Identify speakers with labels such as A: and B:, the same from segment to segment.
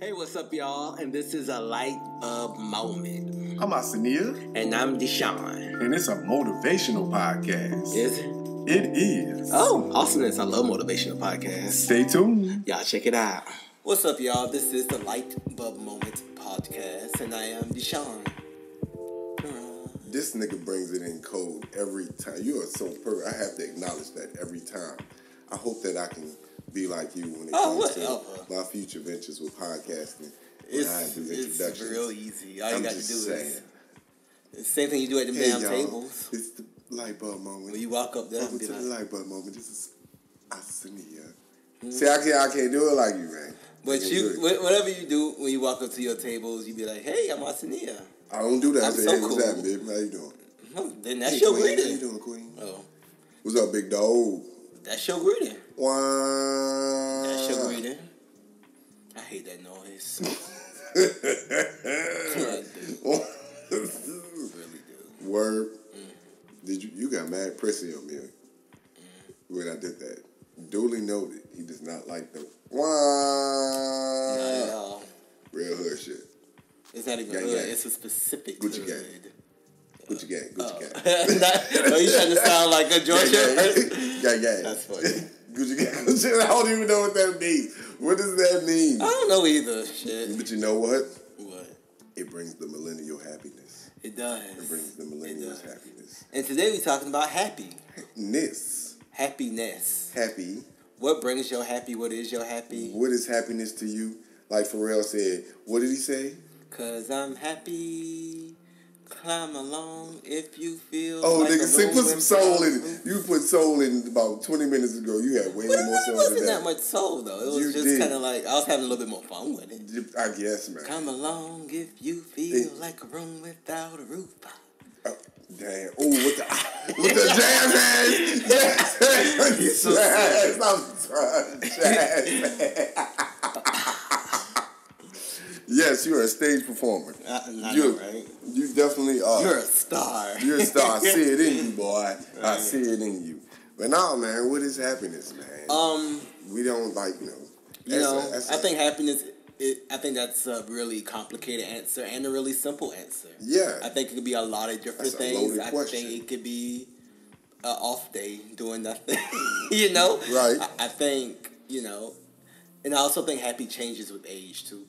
A: Hey, what's up, y'all? And this is a light of moment,
B: I'm Asania,
A: and I'm Deshaun.
B: and it's a motivational podcast.
A: Is it?
B: It is.
A: Oh, awesomeness! I love motivational podcasts.
B: Stay tuned.
A: Y'all check it out. What's up, y'all? This is the light of moment podcast, and I am Deshaun.
C: This nigga brings it in cold every time. You are so perfect. I have to acknowledge that every time. I hope that I can be like you when it
A: Oh,
C: comes
A: what-
C: to my future ventures with podcasting. When I
A: It's,
C: do
A: it's
C: introductions.
A: real easy. All
C: I'm
A: you got to do
C: just
A: is
C: saying.
A: it's the same thing you do at the
C: Hey,
A: damn
C: y'all.
A: tables.
C: It's the light bulb moment.
A: When you walk up there
C: Welcome
A: and be
C: to the
A: like, Mm-hmm.
C: light bulb moment. This is Asenia. See, I can't, I can't do it like you, man. I
A: but
C: can't
A: you,
C: do it.
A: wh- whatever you do when you walk up to your tables, you be like, "Hey, I'm Asinia."
C: I don't do that.
A: I'm
C: I say,
A: so
C: hey, what's
A: cool.
C: up, babe? How you doing?
A: Then that's
C: Hey,
A: your
C: queen, How you
A: greeting.
C: doing, queen?
A: Oh,
C: What's up, big dog?
A: that's your greeting.
C: Wow.
A: That's your greeting. I hate that noise. I do, really do.
C: Word.
A: Mm-hmm.
C: Did you you got mad prissy on me when I did that? Duly noted. He does not like the
A: Not at
C: wah.
A: all.
C: Real hood shit.
A: It's not even
C: Gang,
A: hood.
C: gang.
A: It's a specific
C: Gucci gang.
A: hood.
C: Gucci gang.
A: Oh.
C: Gucci gang.
A: Not- Are you trying to sound like a
C: Gang
A: Georgia?
C: gang.
A: person?
C: Gang gang.
A: That's funny.
C: Gucci gang. Gucci- I don't even know what that means. What does that mean?
A: I don't know either. Shit.
C: But you know what?
A: What?
C: It brings the millennial happiness.
A: It
C: It
A: does.
C: brings the
A: does.
C: millennials happiness.
A: And today we're talking about happy.
C: Ness.
A: Happiness.
C: Happy.
A: What brings your happy? What is your happy?
C: What is happiness to you? Like Pharrell said, what did he say?
A: Cause I'm happy. Climb along if you feel.
C: Oh,
A: like
C: nigga,
A: a
C: see, put
A: rolling
C: some soul in
A: stone.
C: it. You put soul in about 20 minutes ago. You had way
A: Well, it
C: more
A: really
C: soul
A: wasn't
C: than
A: that
C: that.
A: much soul though. It was
C: You
A: just
C: did.
A: kind of like I was having a little bit more fun with it.
C: I guess, man.
A: Come along if you feel
C: Hey.
A: like a room without a roof.
C: Oh, damn. Oh, with the, with the jazz hands. Jazz hands.
A: so
C: Jazz. I'm sorry. Jazz hands. yes, you're a stage performer.
A: Uh, not
C: you,
A: right.
C: you definitely are.
A: You're a star.
C: You're a star. I see it in you, boy.
A: Oh,
C: I see it in you. But no, man, what is happiness, man?
A: Um,
C: we don't like, you know.
A: you
C: that's a-
A: know,
C: that's
A: I
C: a-
A: think happiness. It, I think that's a really complicated answer and a really simple answer.
C: Yeah.
A: I think it could be a lot of different
C: That's a
A: things.
C: loaded
A: I
C: question.
A: think it could be an off day doing nothing. you know,
C: Right.
A: I, I think you know, and I also think happy changes with age too.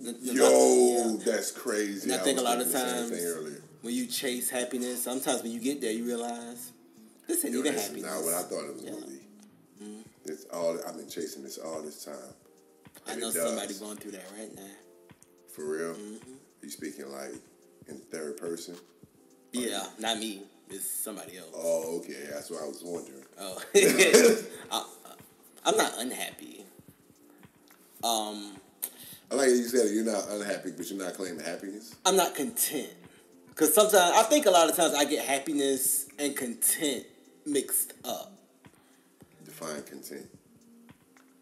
A: The- the-
C: Yo,
A: yeah.
C: that's crazy.
A: And I think
C: was
A: a lot of
C: thinking the same
A: times-
C: thing earlier.
A: when you chase happiness, sometimes when you get there, you realize this ain't
C: Yo,
A: even
C: this is
A: happiness.
C: not what I thought it was
A: Yeah. Mm-hmm.
C: gonna be. It's all I've been chasing this all this time.
A: I
C: And
A: know
C: it does. Oh,
A: somebody going through that right now.
C: For real,
A: Mm-hmm.
C: you speaking like in third person.
A: Yeah, not me. It's somebody else.
C: Oh, okay, that's what I was wondering.
A: Oh, I, I'm not unhappy. Um,
C: I like how you said you're not unhappy, but you're not claiming happiness.
A: I'm not content because sometimes I think a lot of times I get happiness and content mixed up.
C: Define content.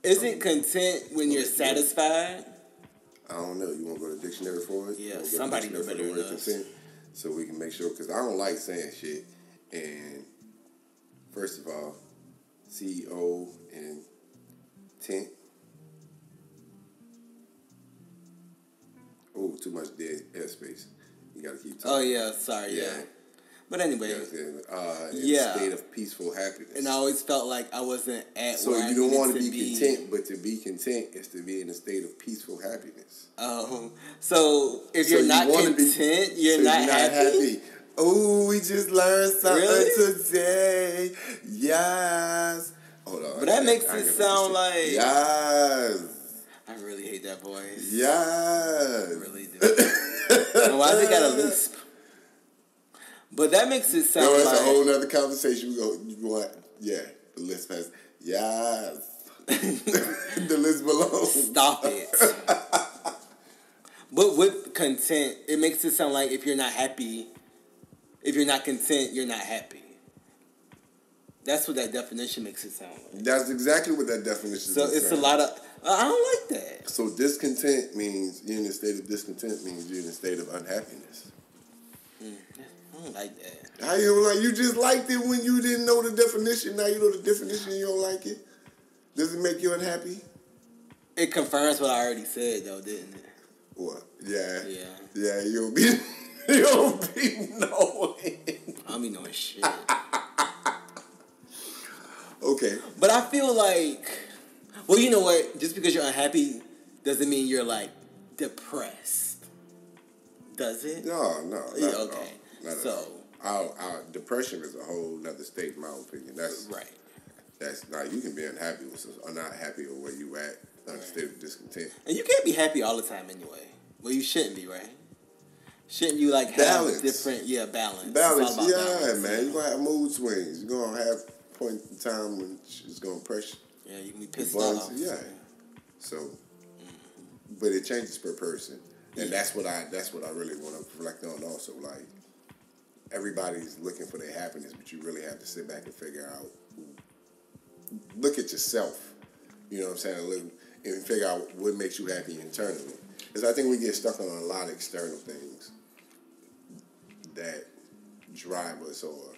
A: Isn't content when you're satisfied?
C: I don't know. You want to go to the dictionary for it?
A: Yeah,
C: You wanna go to the
A: somebody
C: dictionary
A: know
C: for the
A: better
C: word
A: than us.
C: consent? So we can make sure, because I don't like saying shit. And first of all, CEO and tent. Oh, too much dead airspace. You gotta keep
A: Oh
C: talking.
A: yeah, sorry, yeah.
C: Yeah.
A: But anyway,
C: You understand? Uh, and
A: Yeah.
C: State of peaceful happiness.
A: and I always felt like I wasn't at.
C: so
A: where I
C: you don't
A: needed
C: want to be,
A: be
C: content, but to be content is to be in a state of peaceful happiness.
A: Um, so if
C: So
A: you're
C: you
A: not
C: wanna be-
A: content, you're,
C: So
A: not, happy.
C: Oh, we just learned something
A: Really?
C: today. Yes. Hold on.
A: But that makes it
C: I ain't gonna
A: sound
C: finish it.
A: like-
C: Yes.
A: I really hate that voice.
C: Yes.
A: I really do. and why does it got a lisp? But that makes it sound
C: No, that's
A: like
C: a whole nother conversation. We go. You want? Yeah. The list has. Yes. the list below.
A: stop it. but with content, it makes it sound like if you're not happy, if you're not content, you're not happy. That's what that definition makes it sound like.
C: That's exactly what that definition is.
A: So it's a
C: saying.
A: lot of I don't like that.
C: So discontent means you're in a state of discontent means you're in a state of unhappiness.
A: I don't like that.
C: How you don't like you just liked it when you didn't know the definition. Now you know the definition. You don't like it. Does it make you unhappy?
A: It confirms what I already said, though, didn't it?
C: What? Yeah.
A: Yeah.
C: Yeah, you'll be you'll be knowing.
A: I don't be knowing shit.
C: Okay.
A: but I feel like, well, you know what? Just because you're unhappy doesn't mean you're like depressed, does it?
C: No, no. Not
A: Yeah,
C: at all.
A: okay.
C: Not at
A: So-
C: all. Our, our depression is a whole nother state, in my opinion. That's
A: Right.
C: That's now you can be unhappy with some- or not happy with where you at, not a state of discontent.
A: And you can't be happy all the time anyway. Well, you shouldn't be, right? Shouldn't you like have
C: Balance.
A: different? Yeah, balance. It's all
C: Balance,
A: about
C: yeah,
A: balance.
C: man. You're gonna have mood swings. You're gonna have points in time when it's gonna pressure
A: Yeah, you can be
C: the
A: pissed
C: buttons.
A: off.
C: Yeah. So but it changes per person. And
A: Yeah.
C: that's what I that's what I really wanna reflect on also. Like everybody's looking for their happiness, but you really have to sit back and figure out look at yourself. You know what I'm saying? Look and figure out what makes you happy internally. Because I think we get stuck on a lot of external things that drive us or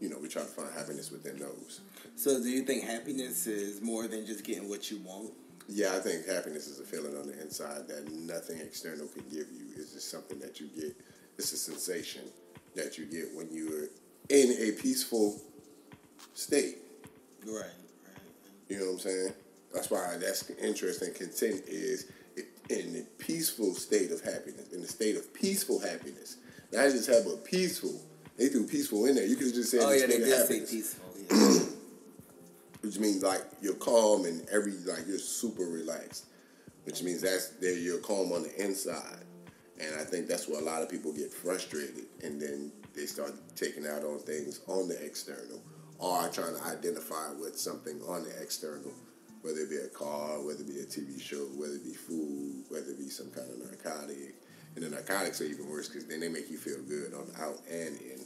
C: you know, we try to find happiness within those.
A: So, do you think happiness is more than just getting what you want?
C: Yeah, I think happiness is a feeling on the inside that nothing external can give you. It's just something that you get. It's a sensation that you get when you're in a peaceful state.
A: Right. Right.
C: You know what I'm saying? That's why that's interesting. Content is in the peaceful state of happiness, in the state of peaceful happiness. Not just have a peaceful. They threw peaceful in there. You could have just said
A: Oh
C: the
A: yeah, they
C: state of
A: did say
C: happiness.
A: peaceful. Yeah.
C: which means like you're calm and every like you're super relaxed, which means that's that you're calm on the inside, and I think that's where a lot of people get frustrated, and then they start taking out on things on the external, or are trying to identify with something on the external, whether it be a car, whether it be a TV show, whether it be food, whether it be some kind of narcotic, and the narcotics are even worse because then they make you feel good on the out and in,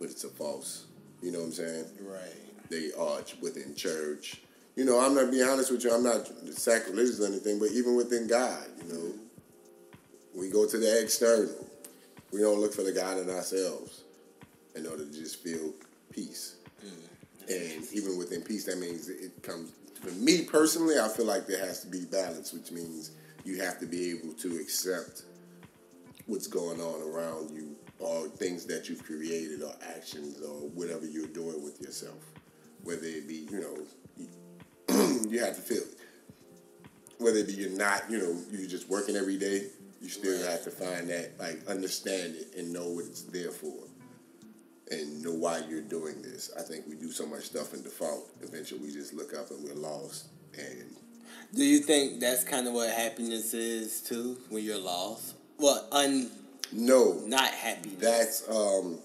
C: but it's a false. You know what I'm saying?
A: right.
C: they are within church. You know, I'm not be honest with you. I'm not sacrilegious or anything, but even within God, you know, we go to the external. We don't look for the God in ourselves in order to just feel peace. And even within peace, that means it comes. For me personally, I feel like there has to be balance, which means you have to be able to accept what's going on around you or things that you've created or actions or whatever you're doing with yourself. Whether it be, you know, you- you have to feel it. Whether it be you're not, you know, you're just working every day, you still have to find that, like, understand it and know what it's there for and know why you're doing this. I think we do so much stuff in default. Eventually, we just look up and we're lost. And
A: Do you think that's kind of what happiness is too when you're lost? Well, un
C: no,
A: not happiness.
C: That's um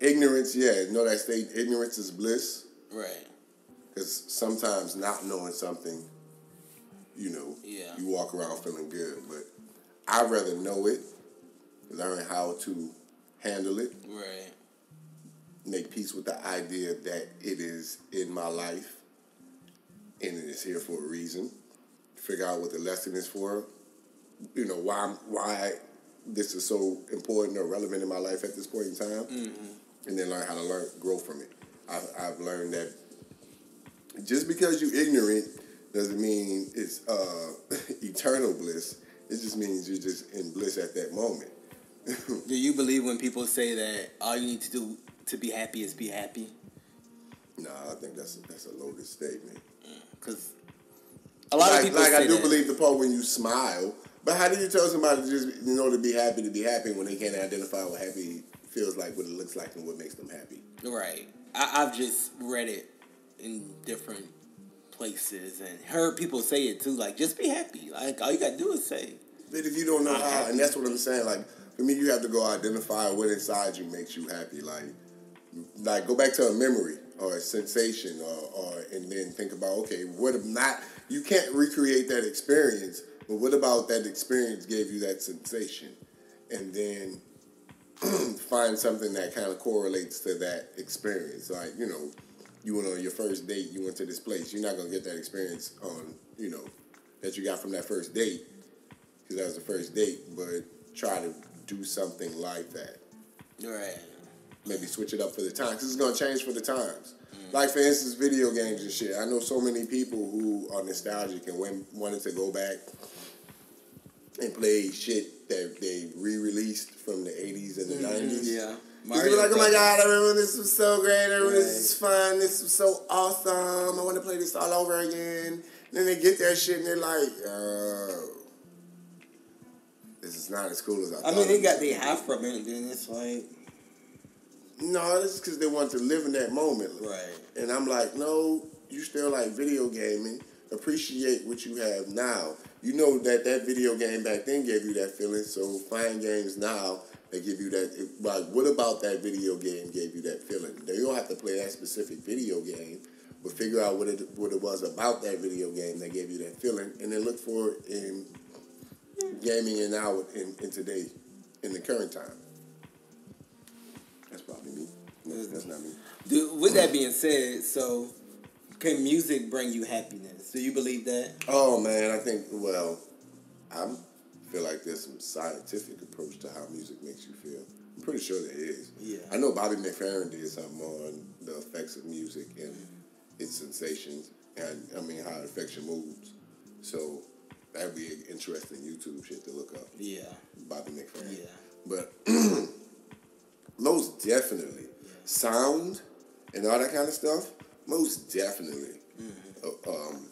C: ignorance, yeah. You know that state ignorance is bliss.
A: right.
C: Because sometimes not knowing something, you know,
A: Yeah.
C: you walk around feeling good. But I'd rather know it, learn how to handle it,
A: Right.
C: make peace with the idea that it is in my life and it is here for a reason. Figure out what the lesson is for. You know why I'm- why this is so important or relevant in my life at this point in time, and then learn how to learn grow from it. I've, I've learned that just because you're ignorant doesn't mean it's uh, eternal bliss. It just means you're just in bliss at that moment.
A: Do you believe when people say that all you need to do to be happy is be happy?
C: Nah, I think that's that's a loaded statement.
A: Because a lot
C: like,
A: of people
C: like
A: say
C: I do
A: that.
C: believe the part when you smile. But how do you tell somebody to just you know to be happy to be happy when they can't identify what happy feels like, what it looks like, and what makes them happy?
A: Right. I, I've just read it in different places and heard people say it too. Like, just be happy. Like, all you gotta do is say.
C: But if you don't know how, and that's what I'm saying. Like for me, you have to go identify what inside you makes you happy. Like, like go back to a memory or a sensation, or, or and then think about okay, what am not? You can't recreate that experience, but what about that experience gave you that sensation? And then find something that kind of correlates to that experience. Like you know, you went on your first date, you went to this place. You're not gonna get that experience on you know that you got from that first date because that was the first date, but try to do something like that.
A: Right.
C: Maybe switch it up for the times. 'cause it's going to change for the times.
A: Mm.
C: Like for instance, video games and shit. I know so many people who are nostalgic and went, wanted to go back and play shit that they re-released from the '80s and the
A: Mm,
C: '90s.
A: Yeah.
C: Just be like, oh my
A: Brothers.
C: god, I remember this was so great. I remember this was
A: Right.
C: fun. This was so awesome. I want to play this all over again. And then they get that shit and they're like, oh, this is not as cool as I,
A: I
C: thought.
A: mean,
C: it
A: they
C: was.
A: got their half from it, and then it's like,
C: No, this is because they want to live in that moment.
A: right.
C: And I'm like, no, you still like video gaming. Appreciate what you have now. You know that that video game back then gave you that feeling. So playing games now they give you that. Like, what about that video game gave you that feeling? Now, you don't have to play that specific video game, but figure out what it what it was about that video game that gave you that feeling, and then look for it in gaming and now in, in today, in the current time. That's probably me. No, that's not me.
A: Dude, with that being said, so can music bring you happiness? Do you believe that?
C: Oh man, I think well, I feel like there's some scientific approach to how music makes you feel. I'm pretty sure there is.
A: Yeah.
C: I know Bobby McFerrin did something on the effects of music and its sensations, and I mean how it affects your moods. So that'd be an interesting YouTube shit to look up.
A: Yeah.
C: Bobby McFerrin.
A: Yeah.
C: But most definitely, sound and all that kind of stuff, most definitely uh, um,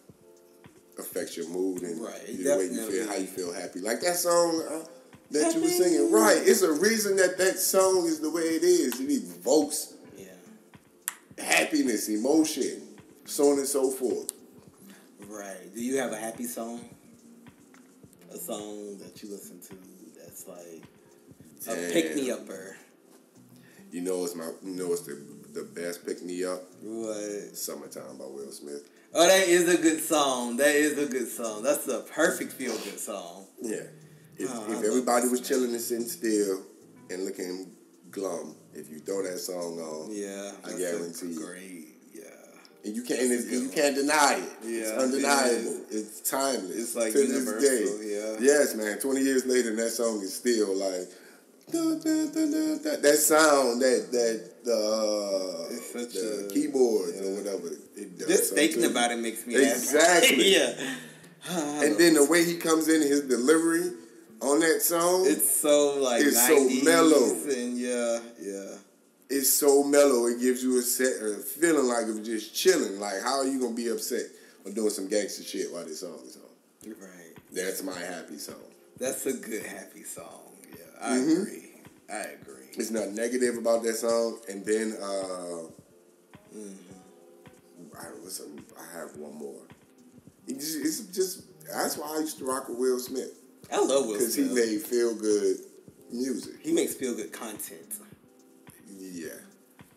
C: affects your mood and
A: Mm-hmm. Right,
C: the way you
A: definitely.
C: feel, how you feel happy. Like that song uh, that you were
A: Happy.
C: singing, right? It's a reason that that song is the way it is. It evokes
A: Yeah.
C: happiness, emotion, so on and so forth.
A: Right. Do you have a happy song? A song that you listen to that's like a
C: Damn.
A: pick me upper.
C: You know, it's my, you know, it's the the best pick me up.
A: What?
C: Summertime by Will Smith.
A: Oh, that is a good song. That is a good song. That's a perfect feel good song.
C: Yeah. If,
A: Oh, I
C: if
A: love
C: everybody
A: this
C: was
A: man.
C: chilling and sitting still and looking glum, if you throw that song on,
A: Yeah.
C: I
A: that's a
C: guarantee you.
A: Great. Yeah.
C: and you can't, and it's, and you can't deny it. it's
A: Yeah,
C: undeniable. It's timeless.
A: It's like
C: to this
A: universal,
C: day.
A: yeah.
C: Yes, man. Twenty years later, and that song is still like dun, dun, dun, dun, dun. that sound that that uh,
A: It's such
C: the
A: a-
C: keyboards or whatever. It does
A: Just
C: something
A: thinking
C: to you.
A: about it makes me
C: Exactly.
A: happy. yeah.
C: And then the way he comes in, his delivery on that song,
A: It's so like
C: It's so
A: 90s
C: mellow.
A: and yeah, yeah.
C: it's so mellow. It gives you a set a feeling like of just chilling. Like how are you gonna be upset or doing some gangster shit while this song is on?
A: Right.
C: That's my happy song.
A: That's a good happy song. Yeah, I
C: Mm-hmm.
A: agree. I agree.
C: It's not negative about that song. And then uh, mm-hmm. I what's some- I have one more. It's just, it's just that's why I used to rock with Will Smith
A: I love Will
C: because he
A: Smith. He,
C: made feel good music.
A: makes feel good content.
C: Yeah.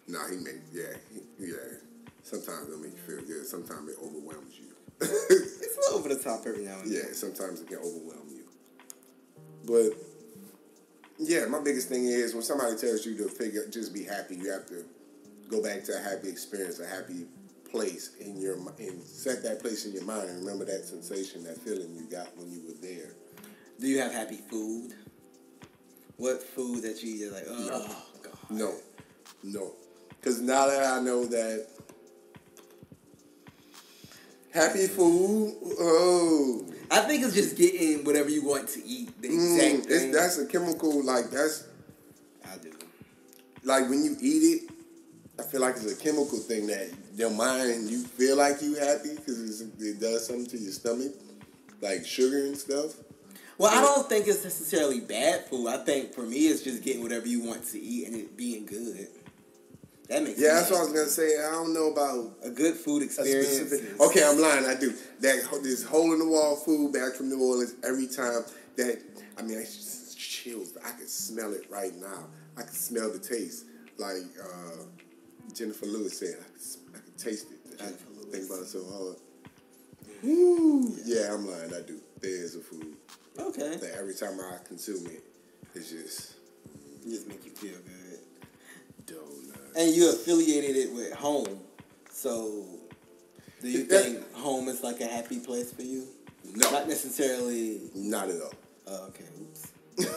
C: Nah, he made yeah he- yeah. Sometimes it'll make you feel good. Sometimes it overwhelms you.
A: It's a little over the top every now and then.
C: Yeah, sometimes it can overwhelm you. But yeah, my biggest thing is when somebody tells you to figure, just be happy. You have to go back to a happy experience, a happy place in your mi- and set that place in your mind and remember that sensation, that feeling you got when you were there.
A: Do you have happy food? What food that you eat is like, oh god.
C: No, no, because now that I know that. Happy food. Oh,
A: I think it's just getting whatever you want to eat. The
C: mm,
A: exact
C: it's,
A: thing.
C: that's a chemical. Like that's
A: I do.
C: like when you eat it, I feel like it's a chemical thing that your mind you feel like you happy because it does something to your stomach, like sugar and stuff.
A: Well, I don't think it's necessarily bad food. I think for me, it's just getting whatever you want to eat and it being good. That makes
C: Yeah,
A: sense.
C: that's what I was gonna say. I don't know about
A: A good food
C: a
A: experience.
C: specific.
A: is-
C: Okay, I'm lying. I do that. ho- This hole in the wall food back from New Orleans every time. That I mean, I just chills. I can smell it right now. I can smell the taste. Like uh, Jennifer Lewis said, I can, s- I can taste it. I
A: Jennifer Lewis.
C: think about it so hard. Woo! Yeah, I'm lying. I do. There is a food
A: Okay.
C: that every time I consume it, it's just
A: Just make you feel good.
C: donut.
A: And you affiliated it with home. So do you
C: That-
A: think home is like a happy place for you? Not
C: No,
A: necessarily
C: not at all.
A: oh, okay, oops.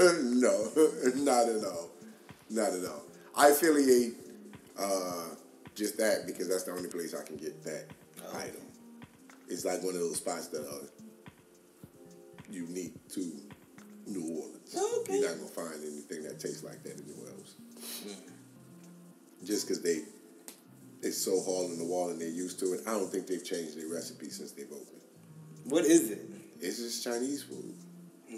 C: no, not at all. Not at all. I affiliate uh, just that because that's the only place I can get that
A: Oh.
C: item. It's like one of those spots that are unique to New Orleans.
A: Okay. Mm.
C: You're not gonna find anything that tastes like that anywhere else. Just because they they so hard on the wall and they're used to it. I don't think they've changed their recipe since they've opened.
A: What is it?
C: It's just Chinese food.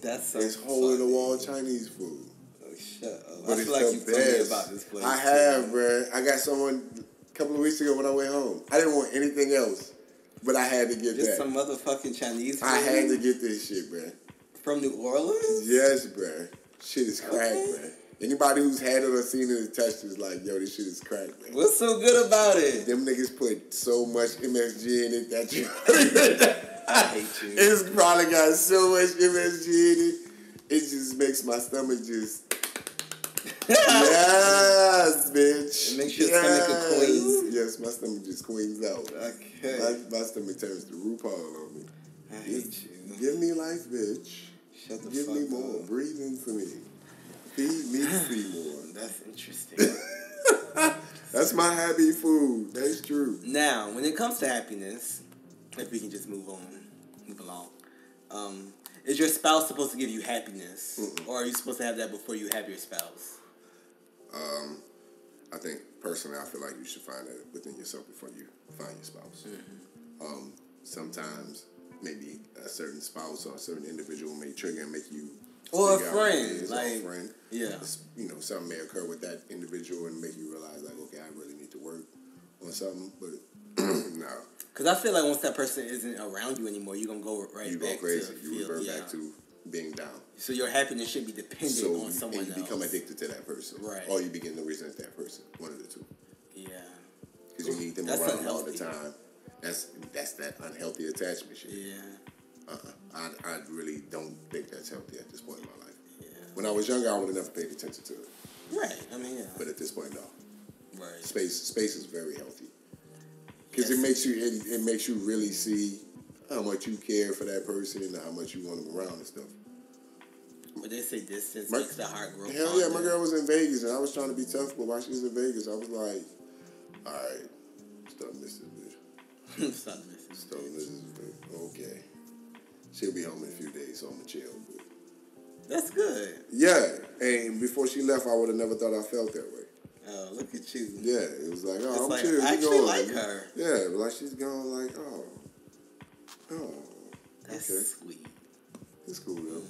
A: That's so
C: It's hole in the
A: funny.
C: wall Chinese food.
A: Oh, shut up.
C: But
A: I
C: it's
A: feel like
C: the
A: you told me
C: best.
A: about this place.
C: I have, bruh. I got someone a couple of weeks ago when I went home. I didn't want anything else, but I had to get
A: Just
C: that.
A: some motherfucking Chinese food
C: I had to get this shit, bruh.
A: from New Orleans?
C: Yes, bruh. Shit is crack,
A: Okay.
C: bruh. Anybody who's had it or seen it and touched it is like, yo, this shit is crack, man.
A: What's so good about it?
C: Them niggas put so much MSG in it that you.
A: I hate you.
C: it's probably got so much MSG in it. It just makes my stomach just. yes, bitch.
A: It makes your stomach a queen.
C: Yes, my stomach just queens out.
A: Okay.
C: My, my stomach turns to RuPaul on me.
A: I hate you.
C: Give me life, bitch.
A: Shut the
C: Give
A: fuck
C: me more.
A: up.
C: Breathe into me. Feed me Seymour.
A: That's interesting.
C: That's my happy food. That's true.
A: now, when it comes to happiness, if we can just move on, move along. Um, is your spouse supposed to give you happiness, or are you supposed to have that before you have your spouse?
C: I think personally, I feel like you should find that within yourself before you find your spouse. Um, sometimes, maybe a certain spouse or a certain individual may trigger and make you
A: Or a
C: figure out what it
A: friend,
C: is, or a
A: like
C: friend.
A: yeah,
C: It's- You know, something may occur with that individual and make you realize, like, okay, I really need to work on something. But no,
A: because I feel like once that person isn't around you anymore, you're gonna go right
C: you go
A: back
C: crazy.
A: to
C: You
A: feel-
C: revert
A: yeah.
C: back to being down.
A: So your happiness should be dependent
C: So
A: on
C: you, and
A: someone
C: you
A: else.
C: become addicted to that person,
A: Right.
C: Or you begin to resent that person. One of the two.
A: Yeah,
C: because you need them
A: That's
C: around
A: unhealthy.
C: all the time. That's that's that unhealthy attachment shit.
A: yeah,
C: Uh-uh. I, I really don't think that's healthy at this point in my life.
A: yeah.
C: When I was younger, I would have never paid attention to it,
A: Right. I mean, yeah.
C: but at this point, no.
A: Right.
C: Space space is very healthy because
A: Yes.
C: it makes you it, it makes you really see how much you care for that person and how much you want them around and stuff.
A: But they say distance
C: My-
A: makes the heart grow.
C: Hell yeah, my
A: fonder.
C: girl was in Vegas and I was trying to be tough, but while she was in Vegas, I was like, all right, stop missing this. bitch.
A: Stop this.
C: So this is okay. She'll be home in a few days, so I'ma chill. But
A: That's good.
C: yeah, and before she left, I would have never thought I felt that way.
A: Oh, look at you.
C: Yeah, it was like, oh,
A: It's
C: I'm
A: like,
C: chill.
A: I
C: she
A: actually
C: gone.
A: like her.
C: Yeah, but like she's gone. Like, oh, oh,
A: That's
C: okay,
A: sweet.
C: it's cool though.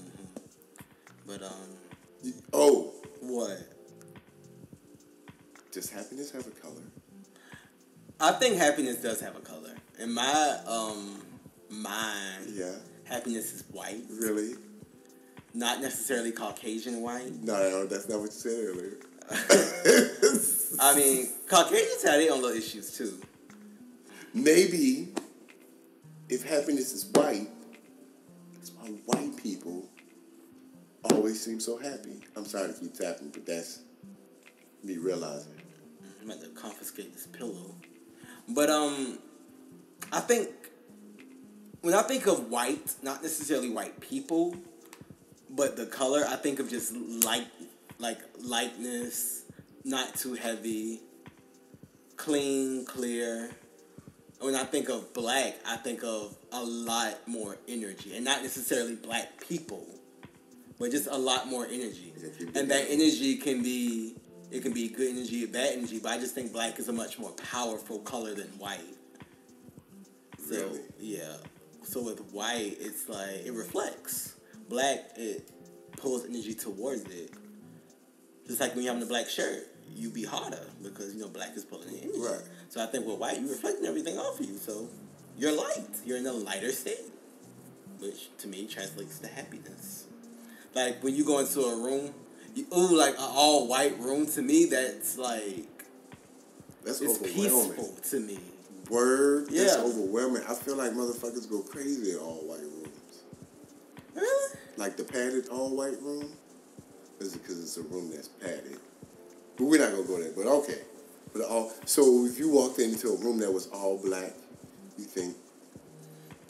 A: But um,
C: You- Oh,
A: what?
C: does happiness have a color?
A: I think happiness does have a color. In my um mind,
C: Yeah,
A: happiness is white,
C: really?
A: not necessarily Caucasian white.
C: No, no, that's not what you said earlier.
A: I mean, Caucasians have their own little issues too.
C: Maybe if happiness is white, that's why white people always seem so happy. I'm sorry to keep tapping, but that's me realizing.
A: I'm about to confiscate this pillow. But um, I think when I think of white, not necessarily white people, but the color, I think of just light, like lightness, not too heavy, clean, clear. When I think of black, I think of a lot more energy, and not necessarily black people, but just a lot more energy.
C: Yeah, keep
A: And
C: it
A: that
C: down.
A: energy can be, it can be good energy, bad energy. But I just think black is a much more powerful color than white. So
C: Really?
A: yeah. So with white, it's like it reflects. Black, it pulls energy towards it. Just like when you have on a black shirt, you be harder because you know black is pulling the energy.
C: Right.
A: So I think with white, you reflecting everything off of you. So you're light. You're in a lighter state, which to me translates to happiness. Like when you go into a room, you, ooh, like an all white room to me, that's like
C: That's
A: it's
C: overwhelming.
A: peaceful to me.
C: Word, that's
A: Yeah.
C: overwhelming. I feel like motherfuckers go crazy in all white rooms.
A: Really?
C: Like the padded all white room, is because it's a room that's padded. But we're not gonna go there. But okay, but all so if you walked into a room that was all black, you think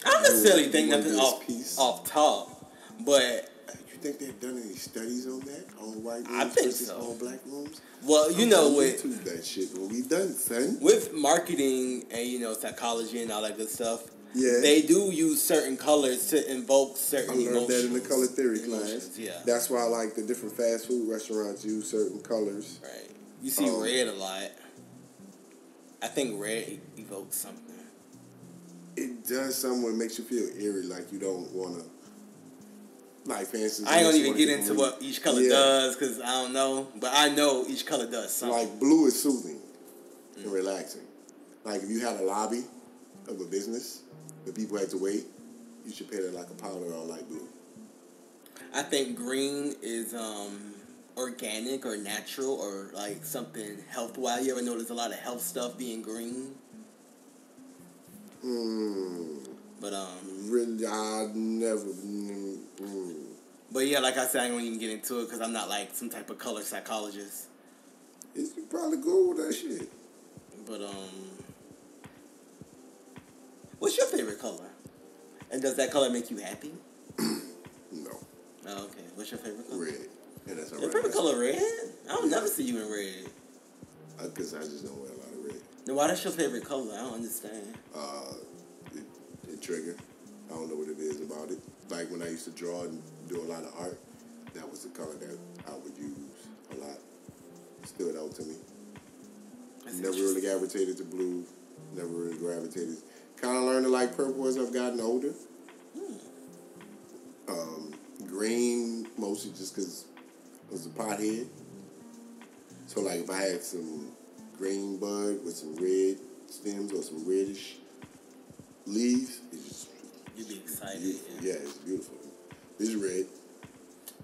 A: I don't necessarily
C: You
A: think
C: want
A: nothing
C: this
A: off
C: piece?
A: off top, but
C: You think think they've done any studies on that? On white rooms
A: I think
C: versus
A: so.
C: all black rooms?
A: Well, you know
C: what?
A: with
C: YouTube that shit when we done, son.
A: with marketing and you know psychology and all that good stuff.
C: Yeah.
A: They do use certain colors to invoke certain
C: I learned that in the
A: emotions.
C: color theory
A: Emotions,
C: class.
A: Yeah.
C: That's why I like the different fast food restaurants use certain colors.
A: Right. You see
C: Um,
A: red a lot. I think red evokes something.
C: It does somewhere makes you feel eerie, like you don't want to. Like fancy.
A: I ain't
C: unless
A: gonna
C: you
A: even
C: wanna
A: get
C: get
A: into
C: on-
A: what each color
C: Yeah.
A: does 'cause does because I don't know, but I know each color does something.
C: Like blue is soothing and relaxing. Like if you had a lobby of a business, the people had to wait. You should paint it like a powder or light blue.
A: I think green is um organic or natural or like something health wise. You ever notice a lot of health stuff being green?
C: Mm,
A: But um,
C: really, I never. Mm, mm.
A: but yeah, like I said, I don't even get into it because I'm not like some type of color psychologist.
C: It's probably good with that shit.
A: But um, what's your favorite color? And does that color make you happy?
C: No,
A: Oh, okay. What's your favorite color?
C: red. And that's a
A: Your
C: red.
A: favorite color red? I don't never see you in red.
C: Because I just don't wear a lot of red.
A: Then why that's your favorite color? I don't understand.
C: Uh, it, it trigger. I don't know what it is about it. Like when I used to draw and do a lot of art, that was the color that I would use a lot. It stood out to me.
A: That's
C: Never really gravitated to blue. Never really gravitated. Kind of learned to like purple as I've gotten older.
A: Hmm.
C: Um, green mostly just because I was a pothead. So like if I had some green bud with some red stems or some reddish leaves, it's just
A: You'd be excited.
C: beautiful.
A: Yeah.
C: Yeah, it's beautiful. It's red,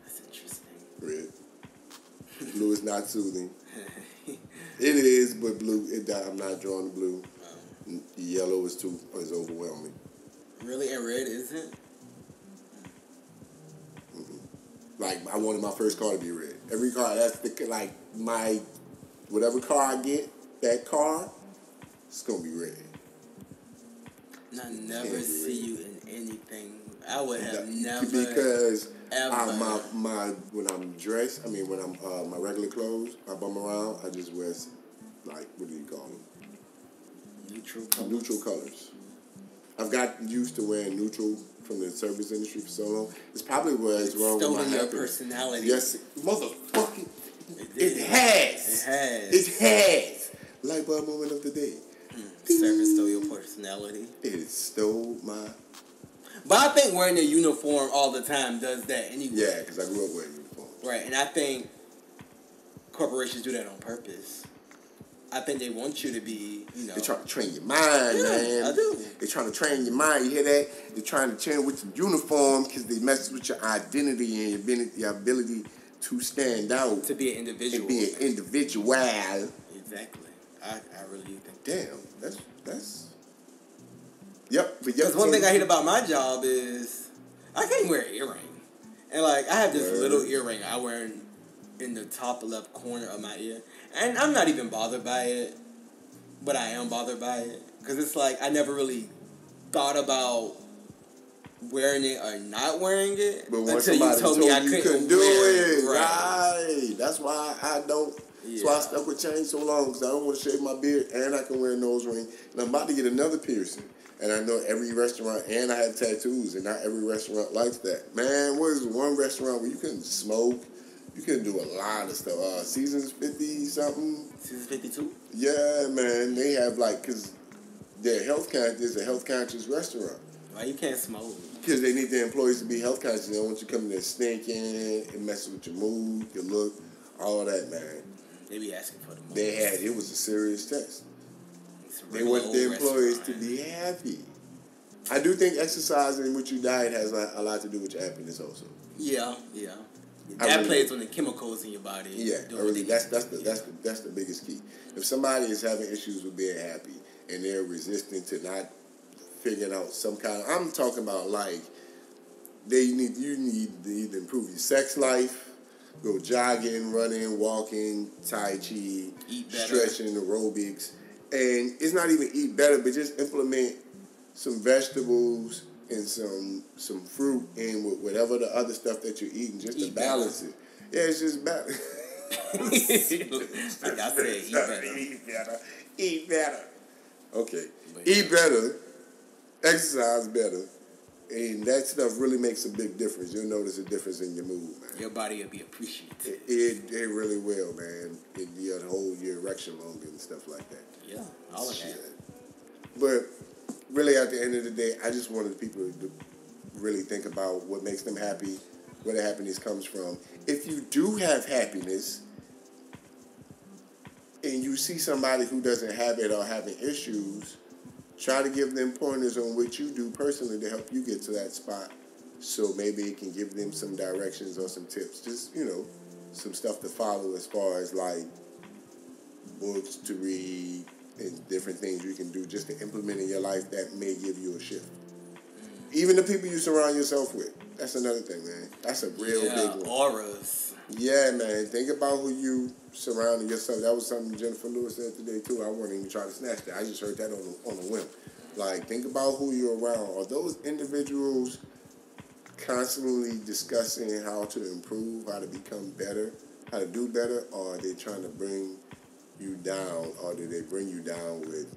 A: That's interesting.
C: red. Blue is not soothing. It is, but blue. It, I'm not drawn to blue. Yellow is too is overwhelming.
A: really? And red isn't?
C: Like I wanted my first car to be red. Every car that's the like my whatever car I get, that car, it's gonna be red.
A: And I never
C: be
A: see
C: red.
A: you in anything. I would have never.
C: because
A: ever.
C: I, my my when I'm dressed, I mean when I'm uh, my regular clothes, I bum around. I just wear s- like what do you call them?
A: neutral color.
C: neutral colors. I've got used to wearing neutral from the service industry for so long. It's probably what is wrong with my
A: Stolen your
C: habit.
A: personality.
C: Yes, motherfucking.
A: It
C: It
A: did.
C: has.
A: It has.
C: It has. Light bulb moment of the day.
A: Service stole your personality.
C: It stole my.
A: But I think wearing a uniform all the time does that anyway.
C: Yeah, because I grew up wearing uniforms.
A: Right, and I think corporations do that on purpose. I think they want you to be, you know,
C: They trying to train your mind,
A: Yeah,
C: man.
A: I do.
C: They trying to train your mind. You hear that? They're trying to train with your uniform because they mess with your identity and your abili- your ability to stand out
A: to be an individual.
C: and be an individual.
A: Exactly. I, I really do think that.
C: Damn, that's that's. Yep, but yep.
A: Because one
C: so-
A: thing I hate about my job is I can't wear an earring. And like I have this
C: Word.
A: little earring I wear in, in the top left corner of my ear. And I'm not even bothered by it, but I am bothered by it. Because it's like I never really thought about wearing it or not wearing it
C: But when
A: until
C: somebody
A: you told me I couldn't,
C: couldn't do
A: wear
C: it, right. That's why I don't. That's why I
A: Yeah.
C: stuck with chains so long because I don't want to shave my beard and I can wear a nose ring. And I'm about to get another piercing. And I know every restaurant, and I have tattoos, and not every restaurant likes that. Man, what is one restaurant where you can smoke? You can do a lot of stuff. Uh, Seasons 50 something.
A: Season 52?
C: Yeah, man. They have like, because they're health conscious, a health conscious restaurant.
A: Why you can't smoke?
C: Because they need their employees to be health conscious. They don't want you coming there stinking and messing with your mood, your look, all that, man.
A: They be asking for the money.
C: They had, it was a serious test.
A: It's a
C: They
A: regular
C: want their
A: old
C: employees to
A: restaurant.
C: be happy. I do think exercising with your diet has a a lot to do with your happiness also.
A: Yeah, yeah.
C: I
A: That
C: really-
A: plays on the chemicals in your body.
C: Yeah,
A: Do
C: I
A: what
C: really,
A: they
C: that's
A: do.
C: that's the that's
A: Yeah.
C: the that's the biggest key. If somebody is having issues with being happy and they're resistant to not figuring out some kind of, I'm talking about like they need you need to either improve your sex life, go jogging, running, walking, tai chi,
A: Eat better.
C: stretching, aerobics, and it's not even eat better, but just implement some vegetables and some some fruit in with whatever the other stuff that you're eating just to
A: Eat better.
C: balance it. Yeah, it's just balance.
A: like I said, eat better.
C: eat better. Eat better. Okay.
A: But-
C: eat better. Exercise better. And that stuff really makes a big difference. You'll notice a difference in your mood, man.
A: Your body will be appreciated.
C: It, it, it really will, man. It, your whole your erection longer and stuff like that.
A: Yeah, all of
C: Shit.
A: that.
C: But really, at the end of the day, I just wanted people to really think about what makes them happy, where the happiness comes from. If you do have happiness, and you see somebody who doesn't have it or having issues, try to give them pointers on what you do personally to help you get to that spot. So maybe it can give them some directions or some tips. Just you know, some stuff to follow as far as like books to read and different things you can do just to implement in your life that may give you a shift. Even the people you surround yourself with. That's another thing, man. That's a real
A: Yeah,
C: big one.
A: auras.
C: Yeah, man. Think about who you surrounding yourself. That was something Jennifer Lewis said today too. I wasn't even trying to snatch that. I just heard that on a, on a whim. Like, think about who you're around. Are those individuals constantly discussing how to improve, how to become better, how to do better, or are they trying to bring you down, or do they bring you down with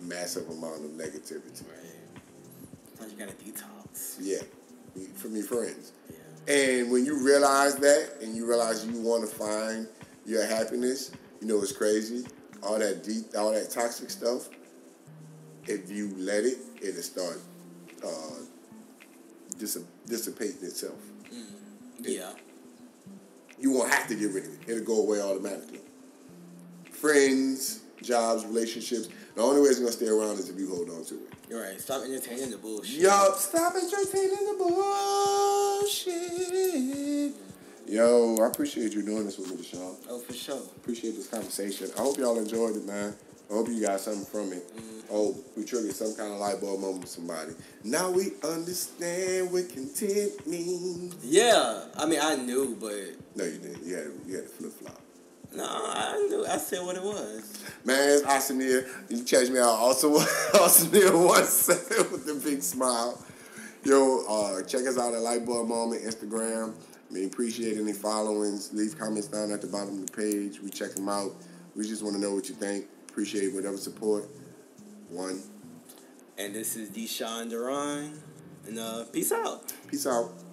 C: massive amount of negativity?
A: Sometimes you gotta detox.
C: Yeah, from your friends.
A: Yeah.
C: And when you realize that and you realize you want to find your happiness, you know it's crazy. All that deep, all that toxic stuff. If you let it, it'll start uh, dissip- dissipating itself.
A: Yeah.
C: You won't have to get rid of it. It'll go away automatically. Friends, jobs, relationships. The only way it's gonna stay around is if you hold on to it.
A: You're right. Stop entertaining the bullshit.
C: Yo, stop entertaining the bullshit. Yo, I appreciate you doing this with me, Deshaun.
A: Oh, for sure.
C: Appreciate this conversation. I hope y'all enjoyed it, man. I hope you got something from it. Oh, we triggered some kind of light bulb moment with somebody. Now we understand what content means.
A: Yeah. I mean, I knew, but
C: No, you didn't. You had, you had a flip flop.
A: no, I knew. I said what it was.
C: Man, it's Arsenio. You catch me out. Also, Arsenio one seven with the big smile. Yo, uh, check us out at Lightbulb Moment Instagram. We appreciate any followings. Leave comments down at the bottom of the page. We check them out. We just want to know what you think. Appreciate whatever support. One.
A: And this is Deshaun Duran. And uh, peace out.
C: Peace out.